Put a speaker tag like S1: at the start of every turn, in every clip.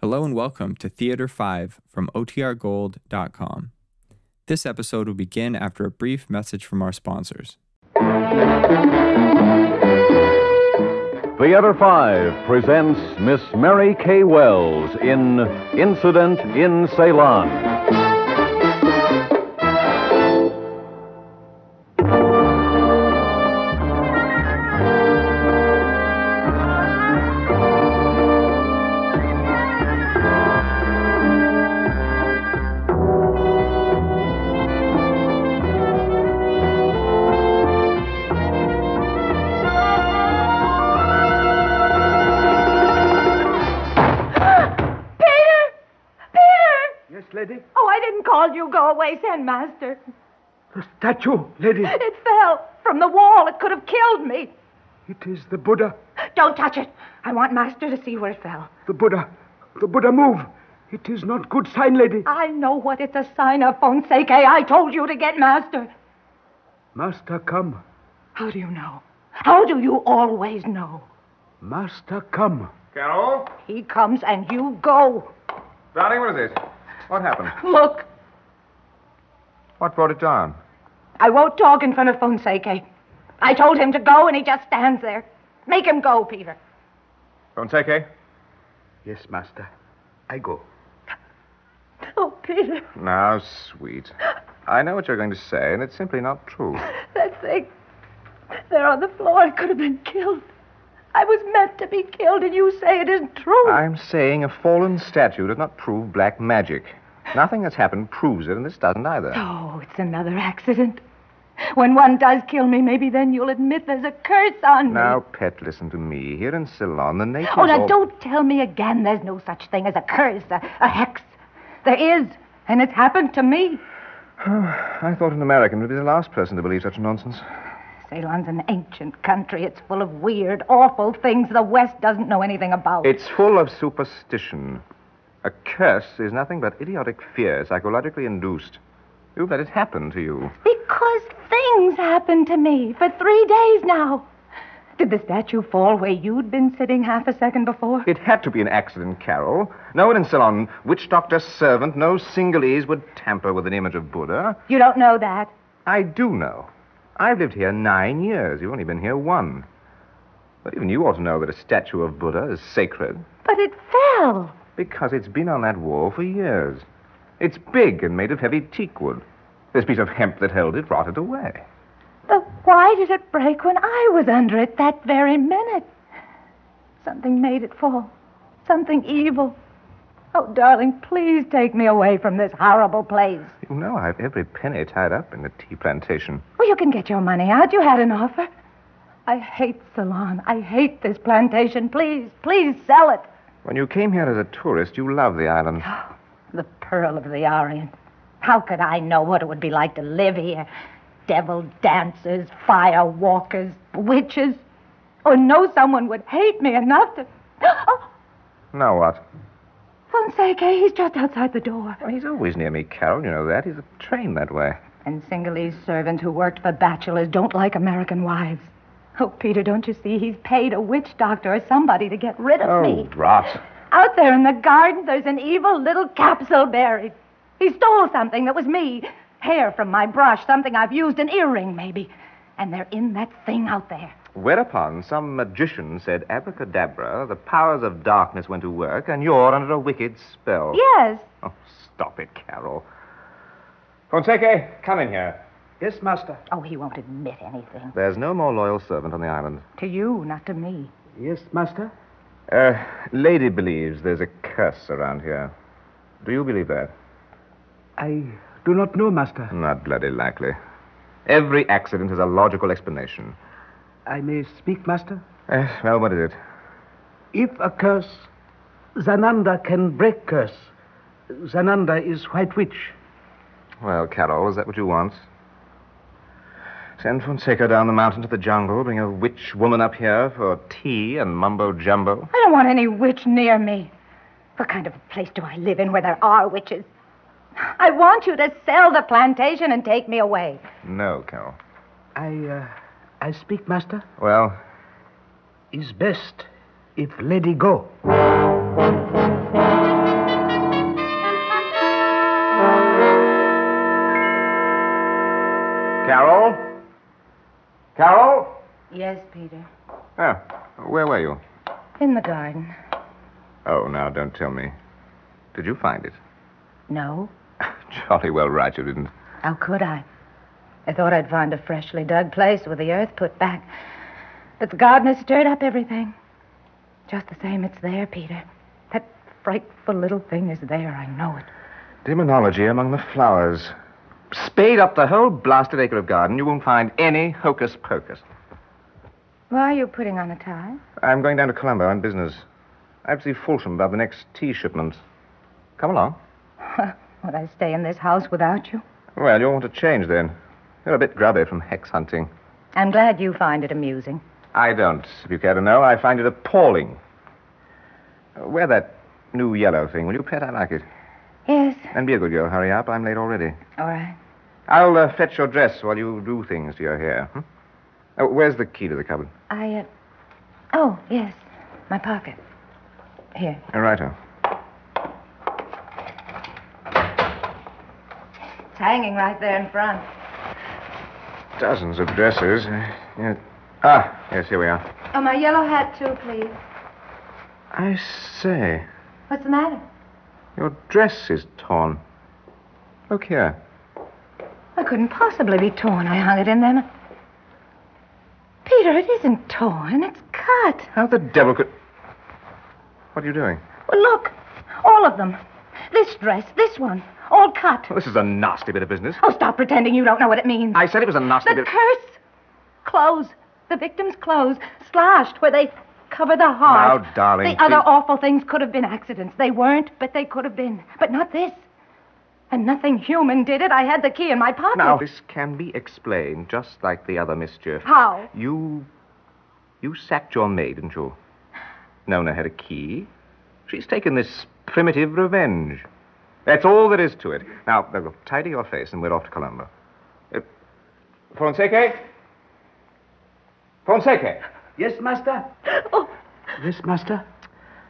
S1: Hello and welcome to Theater 5 from OTRGold.com. This episode will begin after a brief message from our sponsors.
S2: Theater 5 presents Miss Mary K. Wells in Incident in Ceylon.
S3: Peter! Peter!
S4: Yes, lady.
S3: Oh, I didn't call you. Go away, Sandmaster.
S4: The statue, lady.
S3: It fell from the wall. It could have killed me.
S4: It is the Buddha.
S3: Don't touch it. I want Master to see where it fell.
S4: The Buddha. The Buddha move. It is not good sign, lady.
S3: I know what it's a sign of, Fonseca. I told you to get Master.
S4: Master come.
S3: How do you know? How do you always know?
S4: Master come.
S5: Carol?
S3: He comes and you go.
S5: Darling, what is this? What happened?
S3: Look,
S5: What brought it down?
S3: I won't talk in front of Fonseca. I told him to go and he just stands there. Make him go, Peter.
S5: Fonseca?
S4: Yes, master. I go.
S3: Oh, Peter,
S5: Now, sweet. I know what you're going to say, and it's simply not true.
S3: That thing there on the floor, it could have been killed. I was meant to be killed, and you say it isn't true.
S5: I'm saying a fallen statue does not prove black magic. Nothing that's happened proves it, and this doesn't either.
S3: Oh, it's another accident. When one does kill me, maybe then you'll admit there's a curse on
S5: Now,
S3: me.
S5: pet, listen to me. Here in Ceylon, the natives.
S3: Oh, now
S5: all-
S3: don't tell me again there's no such thing as a curse, a, a hex. There is, and it's happened to me.
S5: I thought an American would be the last person to believe such nonsense.
S3: Ceylon's an ancient country. It's full of weird, awful things the West doesn't know anything about.
S5: It's full of superstition. A curse is nothing but idiotic fear, psychologically induced. You've let it happen to you.
S3: Because things happened to me for three days now. Did the statue fall where you'd been sitting half a second before?
S5: It had to be an accident, Carol. No one in Ceylon, witch doctor's servant, no Singalese would tamper with an image of Buddha.
S3: You don't know that.
S5: I do know. I've lived here nine years. You've only been here one. But even you ought to know that a statue of Buddha is sacred
S3: But it fell.
S5: because it's been on that wall for years. It's big and made of heavy teak wood. This piece of hemp that held it rotted away.
S3: But why did it break when I was under it that very minute? Something made it fall. Something evil. Oh, darling, please take me away from this horrible place.
S5: You know, I've every penny tied up in the tea plantation.
S3: Well, you can get your money out. You had an offer. I hate Ceylon. I hate this plantation. Please, please sell it.
S5: When you came here as a tourist, you loved the island.
S3: The pearl of the Orient. How could I know what it would be like to live here? Devil dancers, fire walkers, witches. Or know someone would hate me enough to. Oh,
S5: Now what?
S3: Fonseca, he's just outside the door.
S5: Well, he's always near me, Carol. You know that. He's a train that way.
S3: And Singalese servants who worked for bachelors don't like American wives. Oh, Peter, don't you see? He's paid a witch doctor or somebody to get rid of me.
S5: Oh, rot.
S3: Out there in the garden, there's an evil little capsule buried. He stole something that was me hair from my brush, something I've used, an earring, maybe. And they're in that thing out there.
S5: Whereupon some magician said, Abracadabra, the powers of darkness went to work, and you're under a wicked spell.
S3: Yes.
S5: Oh, stop it, Carol. Fonseca, come in here.
S4: Yes, master.
S3: Oh, he won't admit anything.
S5: There's no more loyal servant on the island.
S3: To you, not to me.
S4: Yes, master.
S5: Uh, lady believes there's a curse around here. Do you believe that?
S4: I do not know, master.
S5: Not bloody likely. Every accident has a logical explanation.
S4: I may speak, master.
S5: Eh, well, what is it?
S4: If a curse, Zananda can break curse. Zananda is white witch.
S5: Well, Carol, is that what you want? Send Fonseca down the mountain to the jungle, bring a witch woman up here for tea and mumbo jumbo.
S3: I don't want any witch near me. What kind of a place do I live in where there are witches? I want you to sell the plantation and take me away.
S5: No, Carol.
S4: I, uh, I speak, master.
S5: Well,
S4: Is best if lady go.
S3: Yes, Peter.
S5: Oh, where were you?
S3: In the garden.
S5: Oh, now, don't tell me. Did you find it?
S3: No.
S5: Jolly well right you didn't.
S3: How could I? I thought I'd find a freshly dug place with the earth put back. But the gardener stirred up everything. Just the same, it's there, Peter. That frightful little thing is there. I know it.
S5: Demonology among the flowers. Spade up the whole blasted acre of garden. You won't find any hocus pocus.
S3: Why are you putting on a tie?
S5: I'm going down to Colombo on business. I have to see Fulsham about the next tea shipment. Come along.
S3: Would I stay in this house without you?
S5: Well, you'll want to change then. You're a bit grubby from hex hunting.
S3: I'm glad you find it amusing.
S5: I don't, if you care to know. I find it appalling. Uh, Wear that new yellow thing, will you, Pet? I like it.
S3: Yes.
S5: And be a good girl. Hurry up. I'm late already.
S3: All right.
S5: I'll uh, fetch your dress while you do things to your hair. Hmm? Oh, where's the key to the cupboard?
S3: I, uh... Oh, yes. My pocket. Here.
S5: Uh, righto.
S3: It's hanging right there in front.
S5: Dozens of dresses. Uh, yeah. Ah, yes, here we are.
S3: Oh, my yellow hat, too, please.
S5: I say,
S3: What's the matter?
S5: your dress is torn. Look here.
S3: I couldn't possibly be torn. I hung it in them. Peter, it isn't torn. It's cut.
S5: How the devil could. What are you doing?
S3: Well, look. All of them. This dress, this one. All cut.
S5: Well, this is a nasty bit of business.
S3: Oh, stop pretending you don't know what it means.
S5: I said it was a nasty
S3: The
S5: bit.
S3: curse. Clothes. The victim's clothes. Slashed where they cover the heart.
S5: Now, darling,
S3: The other
S5: please-
S3: awful things could have been accidents. They weren't, but they could have been. But not this. And nothing human did it. I had the key in my pocket.
S5: Now, this can be explained just like the other mischief.
S3: How?
S5: You. You sacked your maid, didn't you? Nona had a key. She's taken this primitive revenge. That's all there is to it. Now, now, tidy your face and we're off to Colombo. Uh, Fonseca? Fonseca!
S4: Yes, master?
S3: Oh,
S4: Yes, master?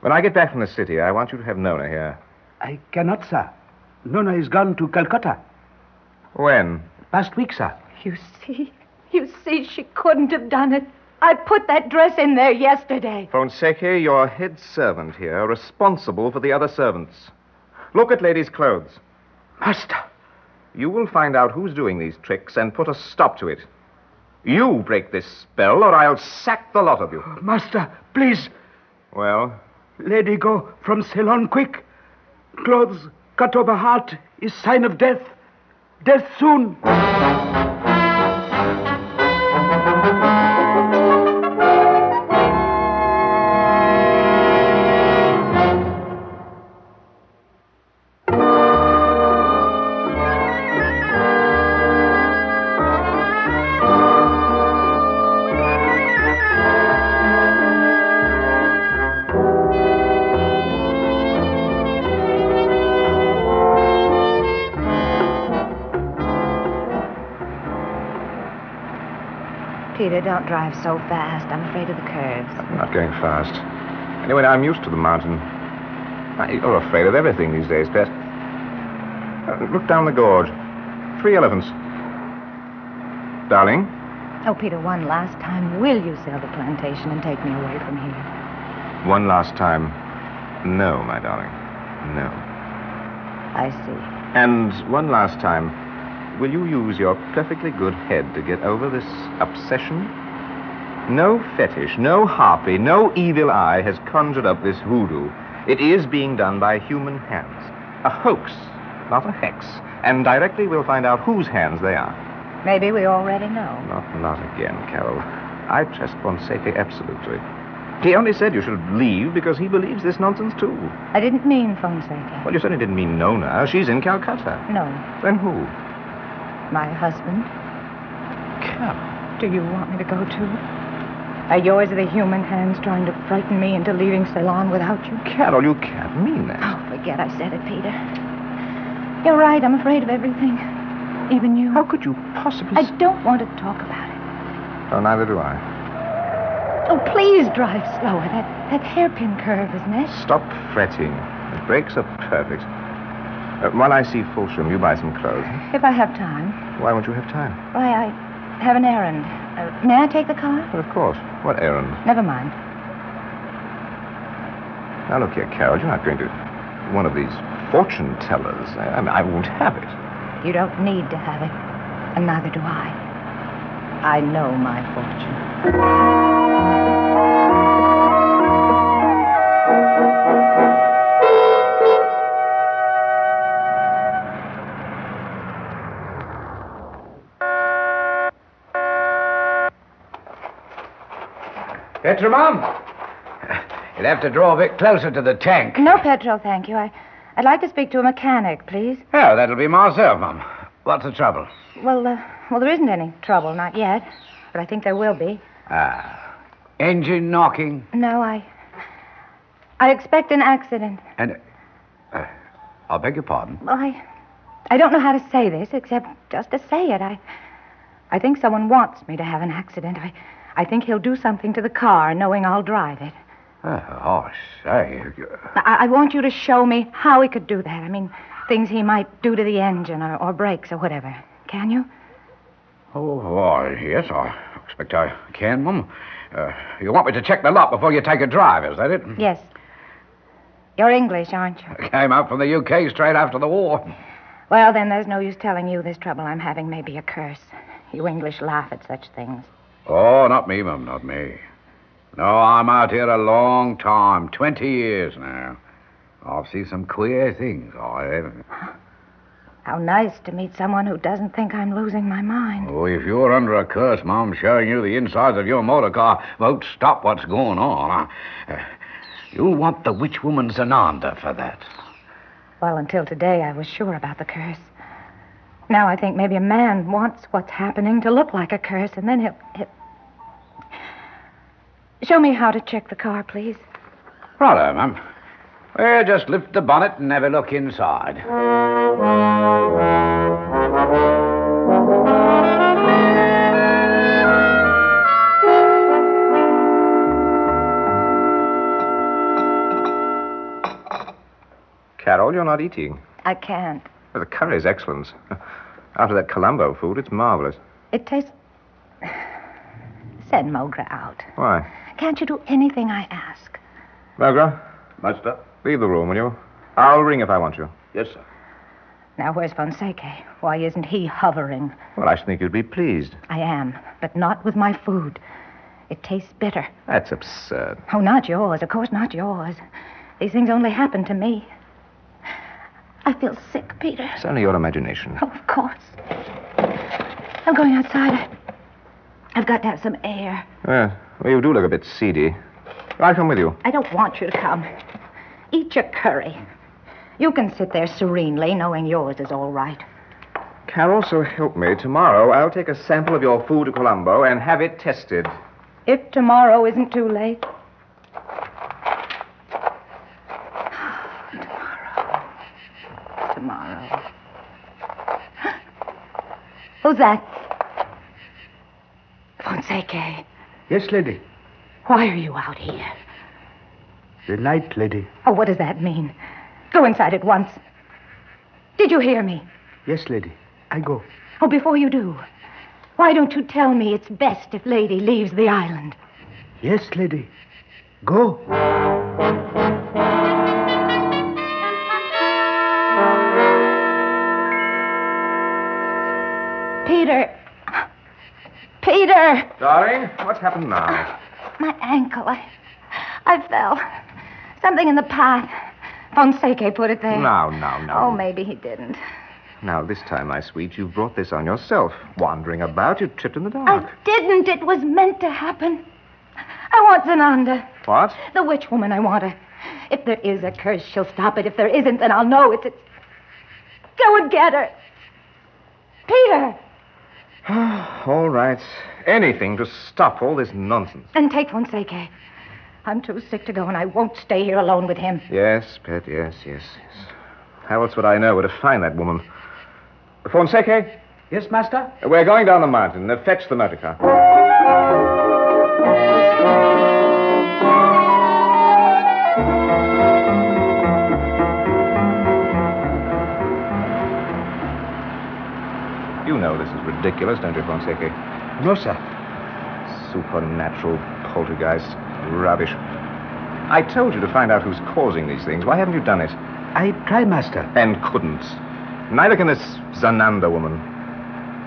S5: When I get back from the city, I want you to have Nona here.
S4: I cannot, sir. Nona is gone to Calcutta.
S5: When?
S4: Past week, sir.
S3: you see. You see, she couldn't have done it. I put that dress in there yesterday.
S5: Fonseca, your head servant here, responsible for the other servants. Look at ladies' clothes.
S4: Master!
S5: You will find out who's doing these tricks and put a stop to it. You break this spell, or I'll sack the lot of you.
S4: Master, please,
S5: Well,
S4: lady go from Ceylon quick. Clothes cut over heart is sign of death. Death soon.
S3: Peter, don't drive so fast. I'm afraid of the curves.
S5: I'm not going fast. Anyway, I'm used to the mountain. I, you're afraid of everything these days, Pet. Uh, look down the gorge. Three elephants. Darling,
S3: Oh, Peter, one last time. Will you sell the plantation and take me away from here?
S5: one last time. No, my darling. No.
S3: I see.
S5: And one last time. Will you use your perfectly good head to get over this obsession? No fetish, no harpy, no evil eye has conjured up this hoodoo. It is being done by human hands. A hoax, not a hex. And directly we'll find out whose hands they are.
S3: Maybe we already know.
S5: Not, not again, Carol. I trust Fonseca absolutely. He only said you should leave because he believes this nonsense too.
S3: I didn't mean Fonseca.
S5: Well, you certainly didn't mean Nona. She's in Calcutta.
S3: No,
S5: Then who?
S3: my husband.
S5: Carol.
S3: Do you want me to go too? Are yours the human hands trying to frighten me into leaving Ceylon without you?
S5: Carol, you can't mean that.
S3: Oh, forget I said it, Peter. You're right. I'm afraid of everything. Even you.
S5: How could you possibly?
S3: I don't want to talk about it.
S5: Oh, neither do I.
S3: Oh, please drive slower. That, that hairpin curve is nasty.
S5: Stop fretting. The brakes are perfect. Uh, while I see Fulsham, you buy some clothes.
S3: If I have time.
S5: Why won't you have time?
S3: Why, I. have an errand. Uh, may I take the car?
S5: But of course. What errand?
S3: Never mind.
S5: Now look here, Carol, you're not going to one of these fortune tellers. I, I mean, I won't have it.
S3: You don't need to have it, and neither do I. I know my fortune.
S6: Petra, Mom. You'll have to draw a bit closer to the tank.
S3: No petrol, thank you. I, I'd like to speak to a mechanic, please.
S6: Oh, that'll be myself, Mom. What's the trouble?
S3: Well, uh, well, there isn't any trouble, not yet, but I think there will be.
S6: Ah. Engine knocking.
S3: No, I, I expect an accident.
S6: And. Uh, I beg your pardon.
S3: Well, I, I don't know how to say this except just to say it. I, I think someone wants me to have an accident. I, I think he'll do something to the car, knowing I'll drive it.
S6: Oh, I say. you-
S3: I, I want you to show me how he could do that. I mean, things he might do to the engine or, or brakes or whatever. Can you?
S6: Oh, why, yes, I expect I can, Mum. Uh, you want me to check the lot before you take a drive, is that it?
S3: Yes. You're English, aren't you?
S6: Came up from the UK straight after the war.
S3: Well, then there's no use telling you this trouble I'm having may be a curse. You English laugh at such things.
S6: Oh, not me, Mum, not me. No, I'm out here a long time, 20 years now. I've seen some queer things, I have.
S3: How nice to meet someone who doesn't think I'm losing my mind.
S6: Oh, if you're under a curse, Mom, showing you the insides of your motor car won't stop what's going on. I- uh, You'll want the witch woman Zananda for that.
S3: Well, until today, I was sure about the curse. Now I think maybe a man wants what's happening to look like a curse, and then he'll. he'll... Show me how to check the car, please.
S6: Righto, Mum. Well, just lift the bonnet and have a look inside.
S5: Carol, you're not eating.
S3: I can't.
S5: Well, the curry's excellent. After that Colombo food, it's marvelous.
S3: It tastes. Send Mogra out.
S5: Why?
S3: Can't you do anything I ask?
S5: Mogra,
S4: Master?
S5: leave the room, will you? I'll ring if I want you.
S4: Yes, sir.
S3: Now, where's Fonseca? Why isn't he hovering?
S5: Well, I should think you'd be pleased.
S3: I am, but not with my food. It tastes bitter.
S5: That's absurd.
S3: Oh, not yours. Of course, not yours. These things only happen to me. I feel sick, Peter.
S5: It's only your imagination.
S3: Oh, of course. I'm going outside. I- I've got to have some air.
S5: Well, well, you do look a bit seedy. I'll come with you.
S3: I don't want you to come. Eat your curry. You can sit there serenely, knowing yours is all right.
S5: Carol, so help me. Tomorrow I'll take a sample of your food to Colombo and have it tested.
S3: If tomorrow isn't too late. Tomorrow. Tomorrow. Who's that? Fonseca,
S4: Yes, lady.
S3: why are you out here?
S4: The night, lady.
S3: Oh, what does that mean? Go inside at once. Did you hear me?
S4: Yes, lady. I go.
S3: Oh, before you do, why don't you tell me it's best if Lady leaves the island?
S4: Yes, lady. Go.
S3: Peter. Peter!
S5: Darling, what's happened now?
S3: My ankle. I, I fell. Something in the path. Fonseca put it there.
S5: Now, now, now.
S3: Oh, maybe he didn't.
S5: Now, this time, my sweet, you've brought this on yourself. Wandering about, you tripped in the dark.
S3: I didn't. It was meant to happen. I want Zananda,
S5: What?
S3: the witch woman. I want her. If there is a curse, she'll stop it. If there isn't, then I'll know it's. it's... Go and get her. Peter!
S5: All right. Anything to stop all this nonsense.
S3: And take Fonseca. I'm too sick to go, and I won't stay here alone with him.
S5: Yes, Pet, yes, yes, yes. How else would I know where to find that woman? Fonseca,
S4: Yes, master?
S5: we're going down the mountain. Now Fetch the motor car. You know this is ridiculous, don't you, Fonseca?
S4: No, sir.
S5: Supernatural poltergeist. Rubbish. I told you to find out who's causing these things. Why haven't you done it?
S4: I try, master.
S5: And couldn't. Neither can this Zananda woman.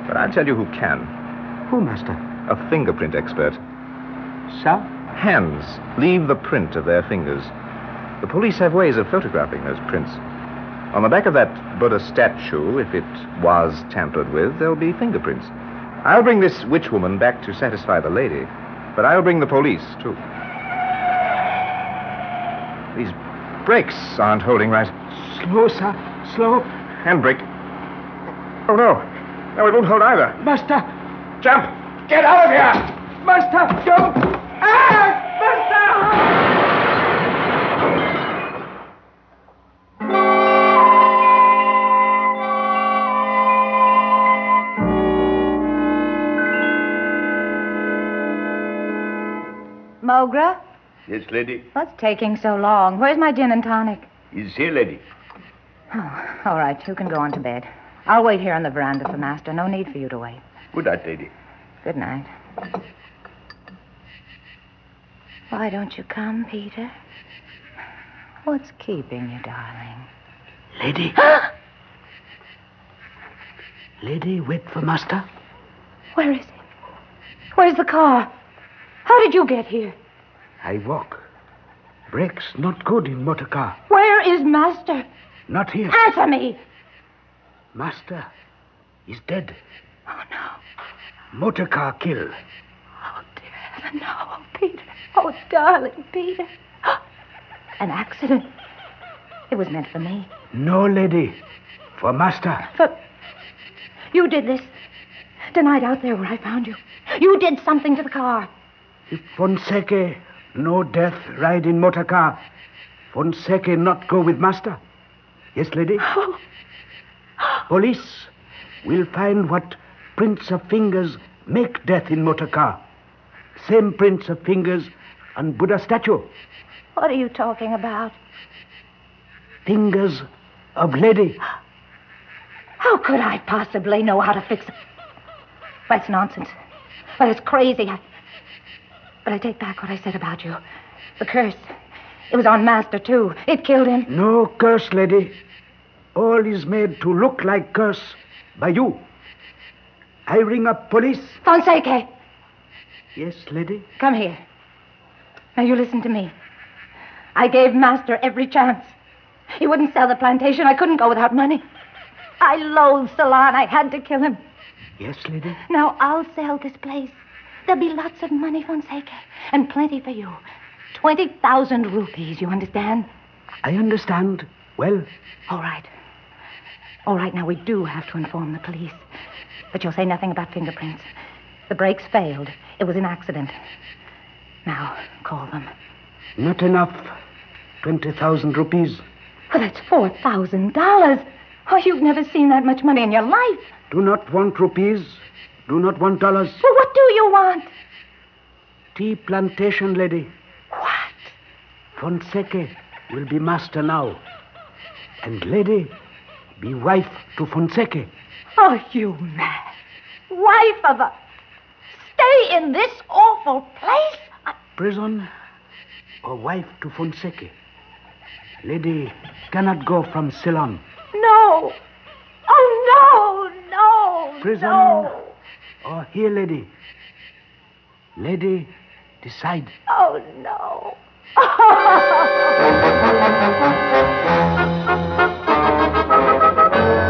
S5: But I'll tell you who can
S4: Who, master?
S5: a fingerprint expert.
S4: Sir?
S5: Hands leave the print of their fingers. The police have ways of photographing those prints. On the back of that Buddha statue, if it was tampered with, there'll be fingerprints. I'll bring this witch woman back to satisfy the lady, but I'll bring the police, too. These brakes aren't holding right.
S4: Slow, sir. Slow.
S5: Handbrake. Oh, no. No, it won't hold either.
S4: Master!
S5: Jump! Get out of here!
S4: Master! Go! Ah! Master!
S3: Mogra,
S7: Yes, lady.
S3: what's taking so long? Where's my gin and tonic?
S7: Is here, lady.
S3: Oh, all right, you can go on to bed. I'll wait here on the veranda for Master. No need for you to wait.
S7: Good night, lady.
S3: Good night. Why don't you come, Peter? What's keeping you, darling?
S4: Lady. Lady, wait for master.
S3: Where is it? Where's the car? How did you get here?
S4: I walk. Brakes not good in motor car.
S3: Where is Master?
S4: Not here.
S3: Answer me!
S4: Master is dead.
S3: Oh, no.
S4: Motor car kill.
S3: Oh, dear heaven, no. Oh, Peter. Oh, darling Peter. An accident. It was meant for me.
S4: No lady. For master.
S3: For. You did this. Tonight out there where I found you. You did something to the car.
S4: If Fonseca no death ride in motor car, Fonseca not go with master. Yes, lady?
S3: Oh,
S4: Police will find what prints of fingers make death in motor car. Same prints of fingers on Buddha statue.
S3: What are you talking about?
S4: Fingers of lady.
S3: How could I possibly know how to fix it? That's nonsense. But it's crazy. I... But I take back what I said about you. The curse. It was on Master, too. It killed him.
S4: No curse, lady. All is made to look like curse by you. I ring up police.
S3: Fonseca,
S4: Yes, lady?
S3: come here. Now, you listen to me. I gave Master every chance. He wouldn't sell the plantation. I couldn't go without money. I loathed Salon. I had to kill him.
S4: Yes, lady?
S3: Now I'll sell this place. There'll be lots of money, Fonseca, and plenty for you. 20,000 rupees, you understand?
S4: I understand. Well,
S3: All right. All right, now we do have to inform the police. But you'll say nothing about fingerprints. The brakes failed. It was an accident. Now, call them.
S4: not enough. 20,000 rupees.
S3: Well, that's $4,000. Oh, you've never seen that much money in your life.
S4: Do not want rupees. Do not want dollars.
S3: Well, what do you want?
S4: Tea plantation, lady.
S3: What?
S4: Fonseca will be master now. And lady, be wife to Fonseca.
S3: Are you mad? Wife of a. Stay in this awful place? Uh, I-
S4: Prison or wife to Fonseca. Lady cannot go from Ceylon.
S3: No. Oh, no, no.
S4: Prison
S3: No.
S4: or here, lady. Lady, decide.
S3: Oh, no. Oh.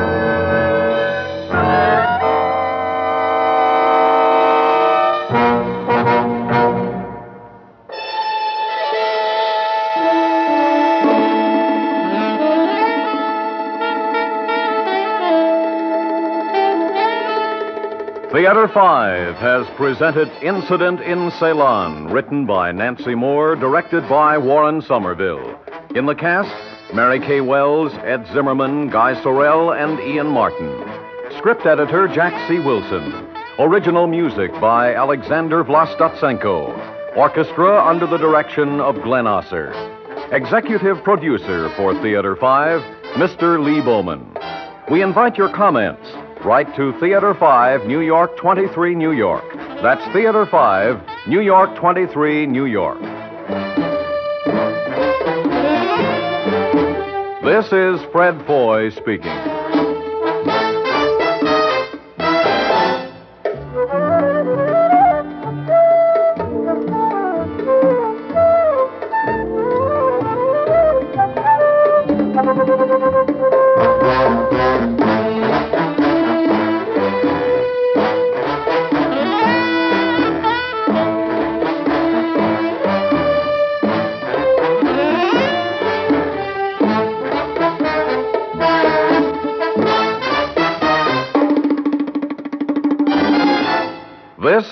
S2: Theater 5 has presented Incident in Ceylon, written by Nancy Moore, directed by Warren Somerville. In the cast, Mary Kay Wells, Ed Zimmerman, Guy Sorrell, and Ian Martin. Script editor Jack C. Wilson. Original music by Alexander Vlastotsenko. Orchestra under the direction of Glenn Osser. Executive producer for Theater 5, Mr. Lee Bowman. We invite your comments. Write to Theater 5, New York 23, New York. That's Theater 5, New York 23, New York. This is Fred Foy speaking. This